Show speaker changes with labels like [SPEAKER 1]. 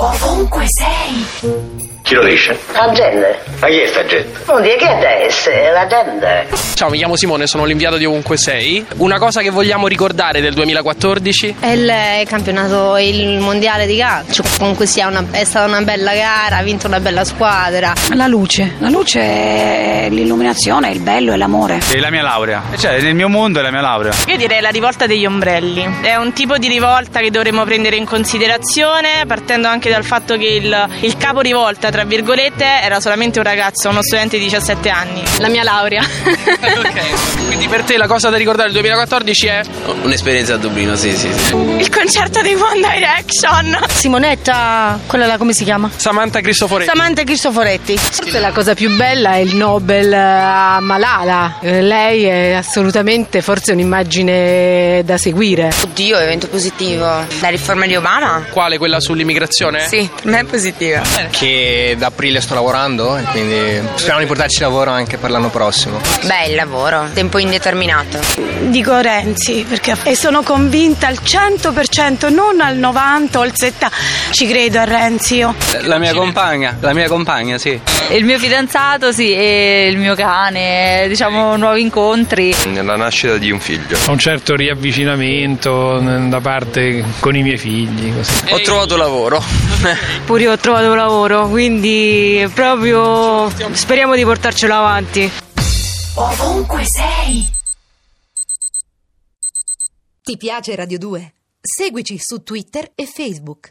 [SPEAKER 1] Ovunque sei,
[SPEAKER 2] Chi lo dice?
[SPEAKER 3] Agende.
[SPEAKER 2] Ma chi è sta gente?
[SPEAKER 3] Non dire che adesso è l'agenda.
[SPEAKER 4] Ciao, mi chiamo Simone, sono l'inviato di Ovunque Sei. Una cosa che vogliamo ricordare del 2014
[SPEAKER 5] È il campionato, il mondiale di calcio. Comunque sia una- è stata una bella gara, ha vinto una bella squadra.
[SPEAKER 1] la luce. La luce è l'illuminazione, il bello e l'amore.
[SPEAKER 6] E la mia laurea. E Cioè, nel mio mondo è la mia laurea.
[SPEAKER 7] Io direi la rivolta degli ombrelli. È un tipo di rivolta che dovremmo prendere in considerazione, partendo anche dal fatto che il, il capo rivolta, tra virgolette, era solamente un ragazzo, uno studente di 17 anni.
[SPEAKER 5] La mia laurea.
[SPEAKER 4] ok, quindi per te la cosa da ricordare del 2014 è? Un'esperienza a Dublino, sì, sì, sì.
[SPEAKER 7] Il concerto dei One Direction.
[SPEAKER 5] Simonetta, quella là come si chiama?
[SPEAKER 4] Samantha Cristoforetti.
[SPEAKER 5] Samantha Cristoforetti.
[SPEAKER 8] Forse la cosa più bella è il Nobel eh, a Malala. Eh, Lei è assolutamente forse un'immagine da seguire.
[SPEAKER 5] Oddio, evento positivo. La riforma di Obama?
[SPEAKER 4] Quale? Quella sull'immigrazione?
[SPEAKER 5] Sì, per me è positiva.
[SPEAKER 9] Eh? che da aprile sto lavorando e quindi speriamo di portarci lavoro anche per l'anno prossimo.
[SPEAKER 5] Beh, il lavoro, tempo indeterminato.
[SPEAKER 7] Dico Renzi, perché e sono convinta al 100%, non al 90 o al 70. Ci credo a Renzi io.
[SPEAKER 6] La mia compagna, la mia compagna, sì.
[SPEAKER 1] Il mio fidanzato, sì, e il mio cane, diciamo nuovi incontri.
[SPEAKER 2] La nascita di un figlio.
[SPEAKER 10] un certo riavvicinamento n- da parte con i miei figli. Così.
[SPEAKER 4] Ho trovato lavoro.
[SPEAKER 8] Pure io ho trovato un lavoro, quindi proprio speriamo di portarcelo avanti.
[SPEAKER 1] Ovunque sei.
[SPEAKER 5] Ti piace Radio 2? Seguici su Twitter e Facebook.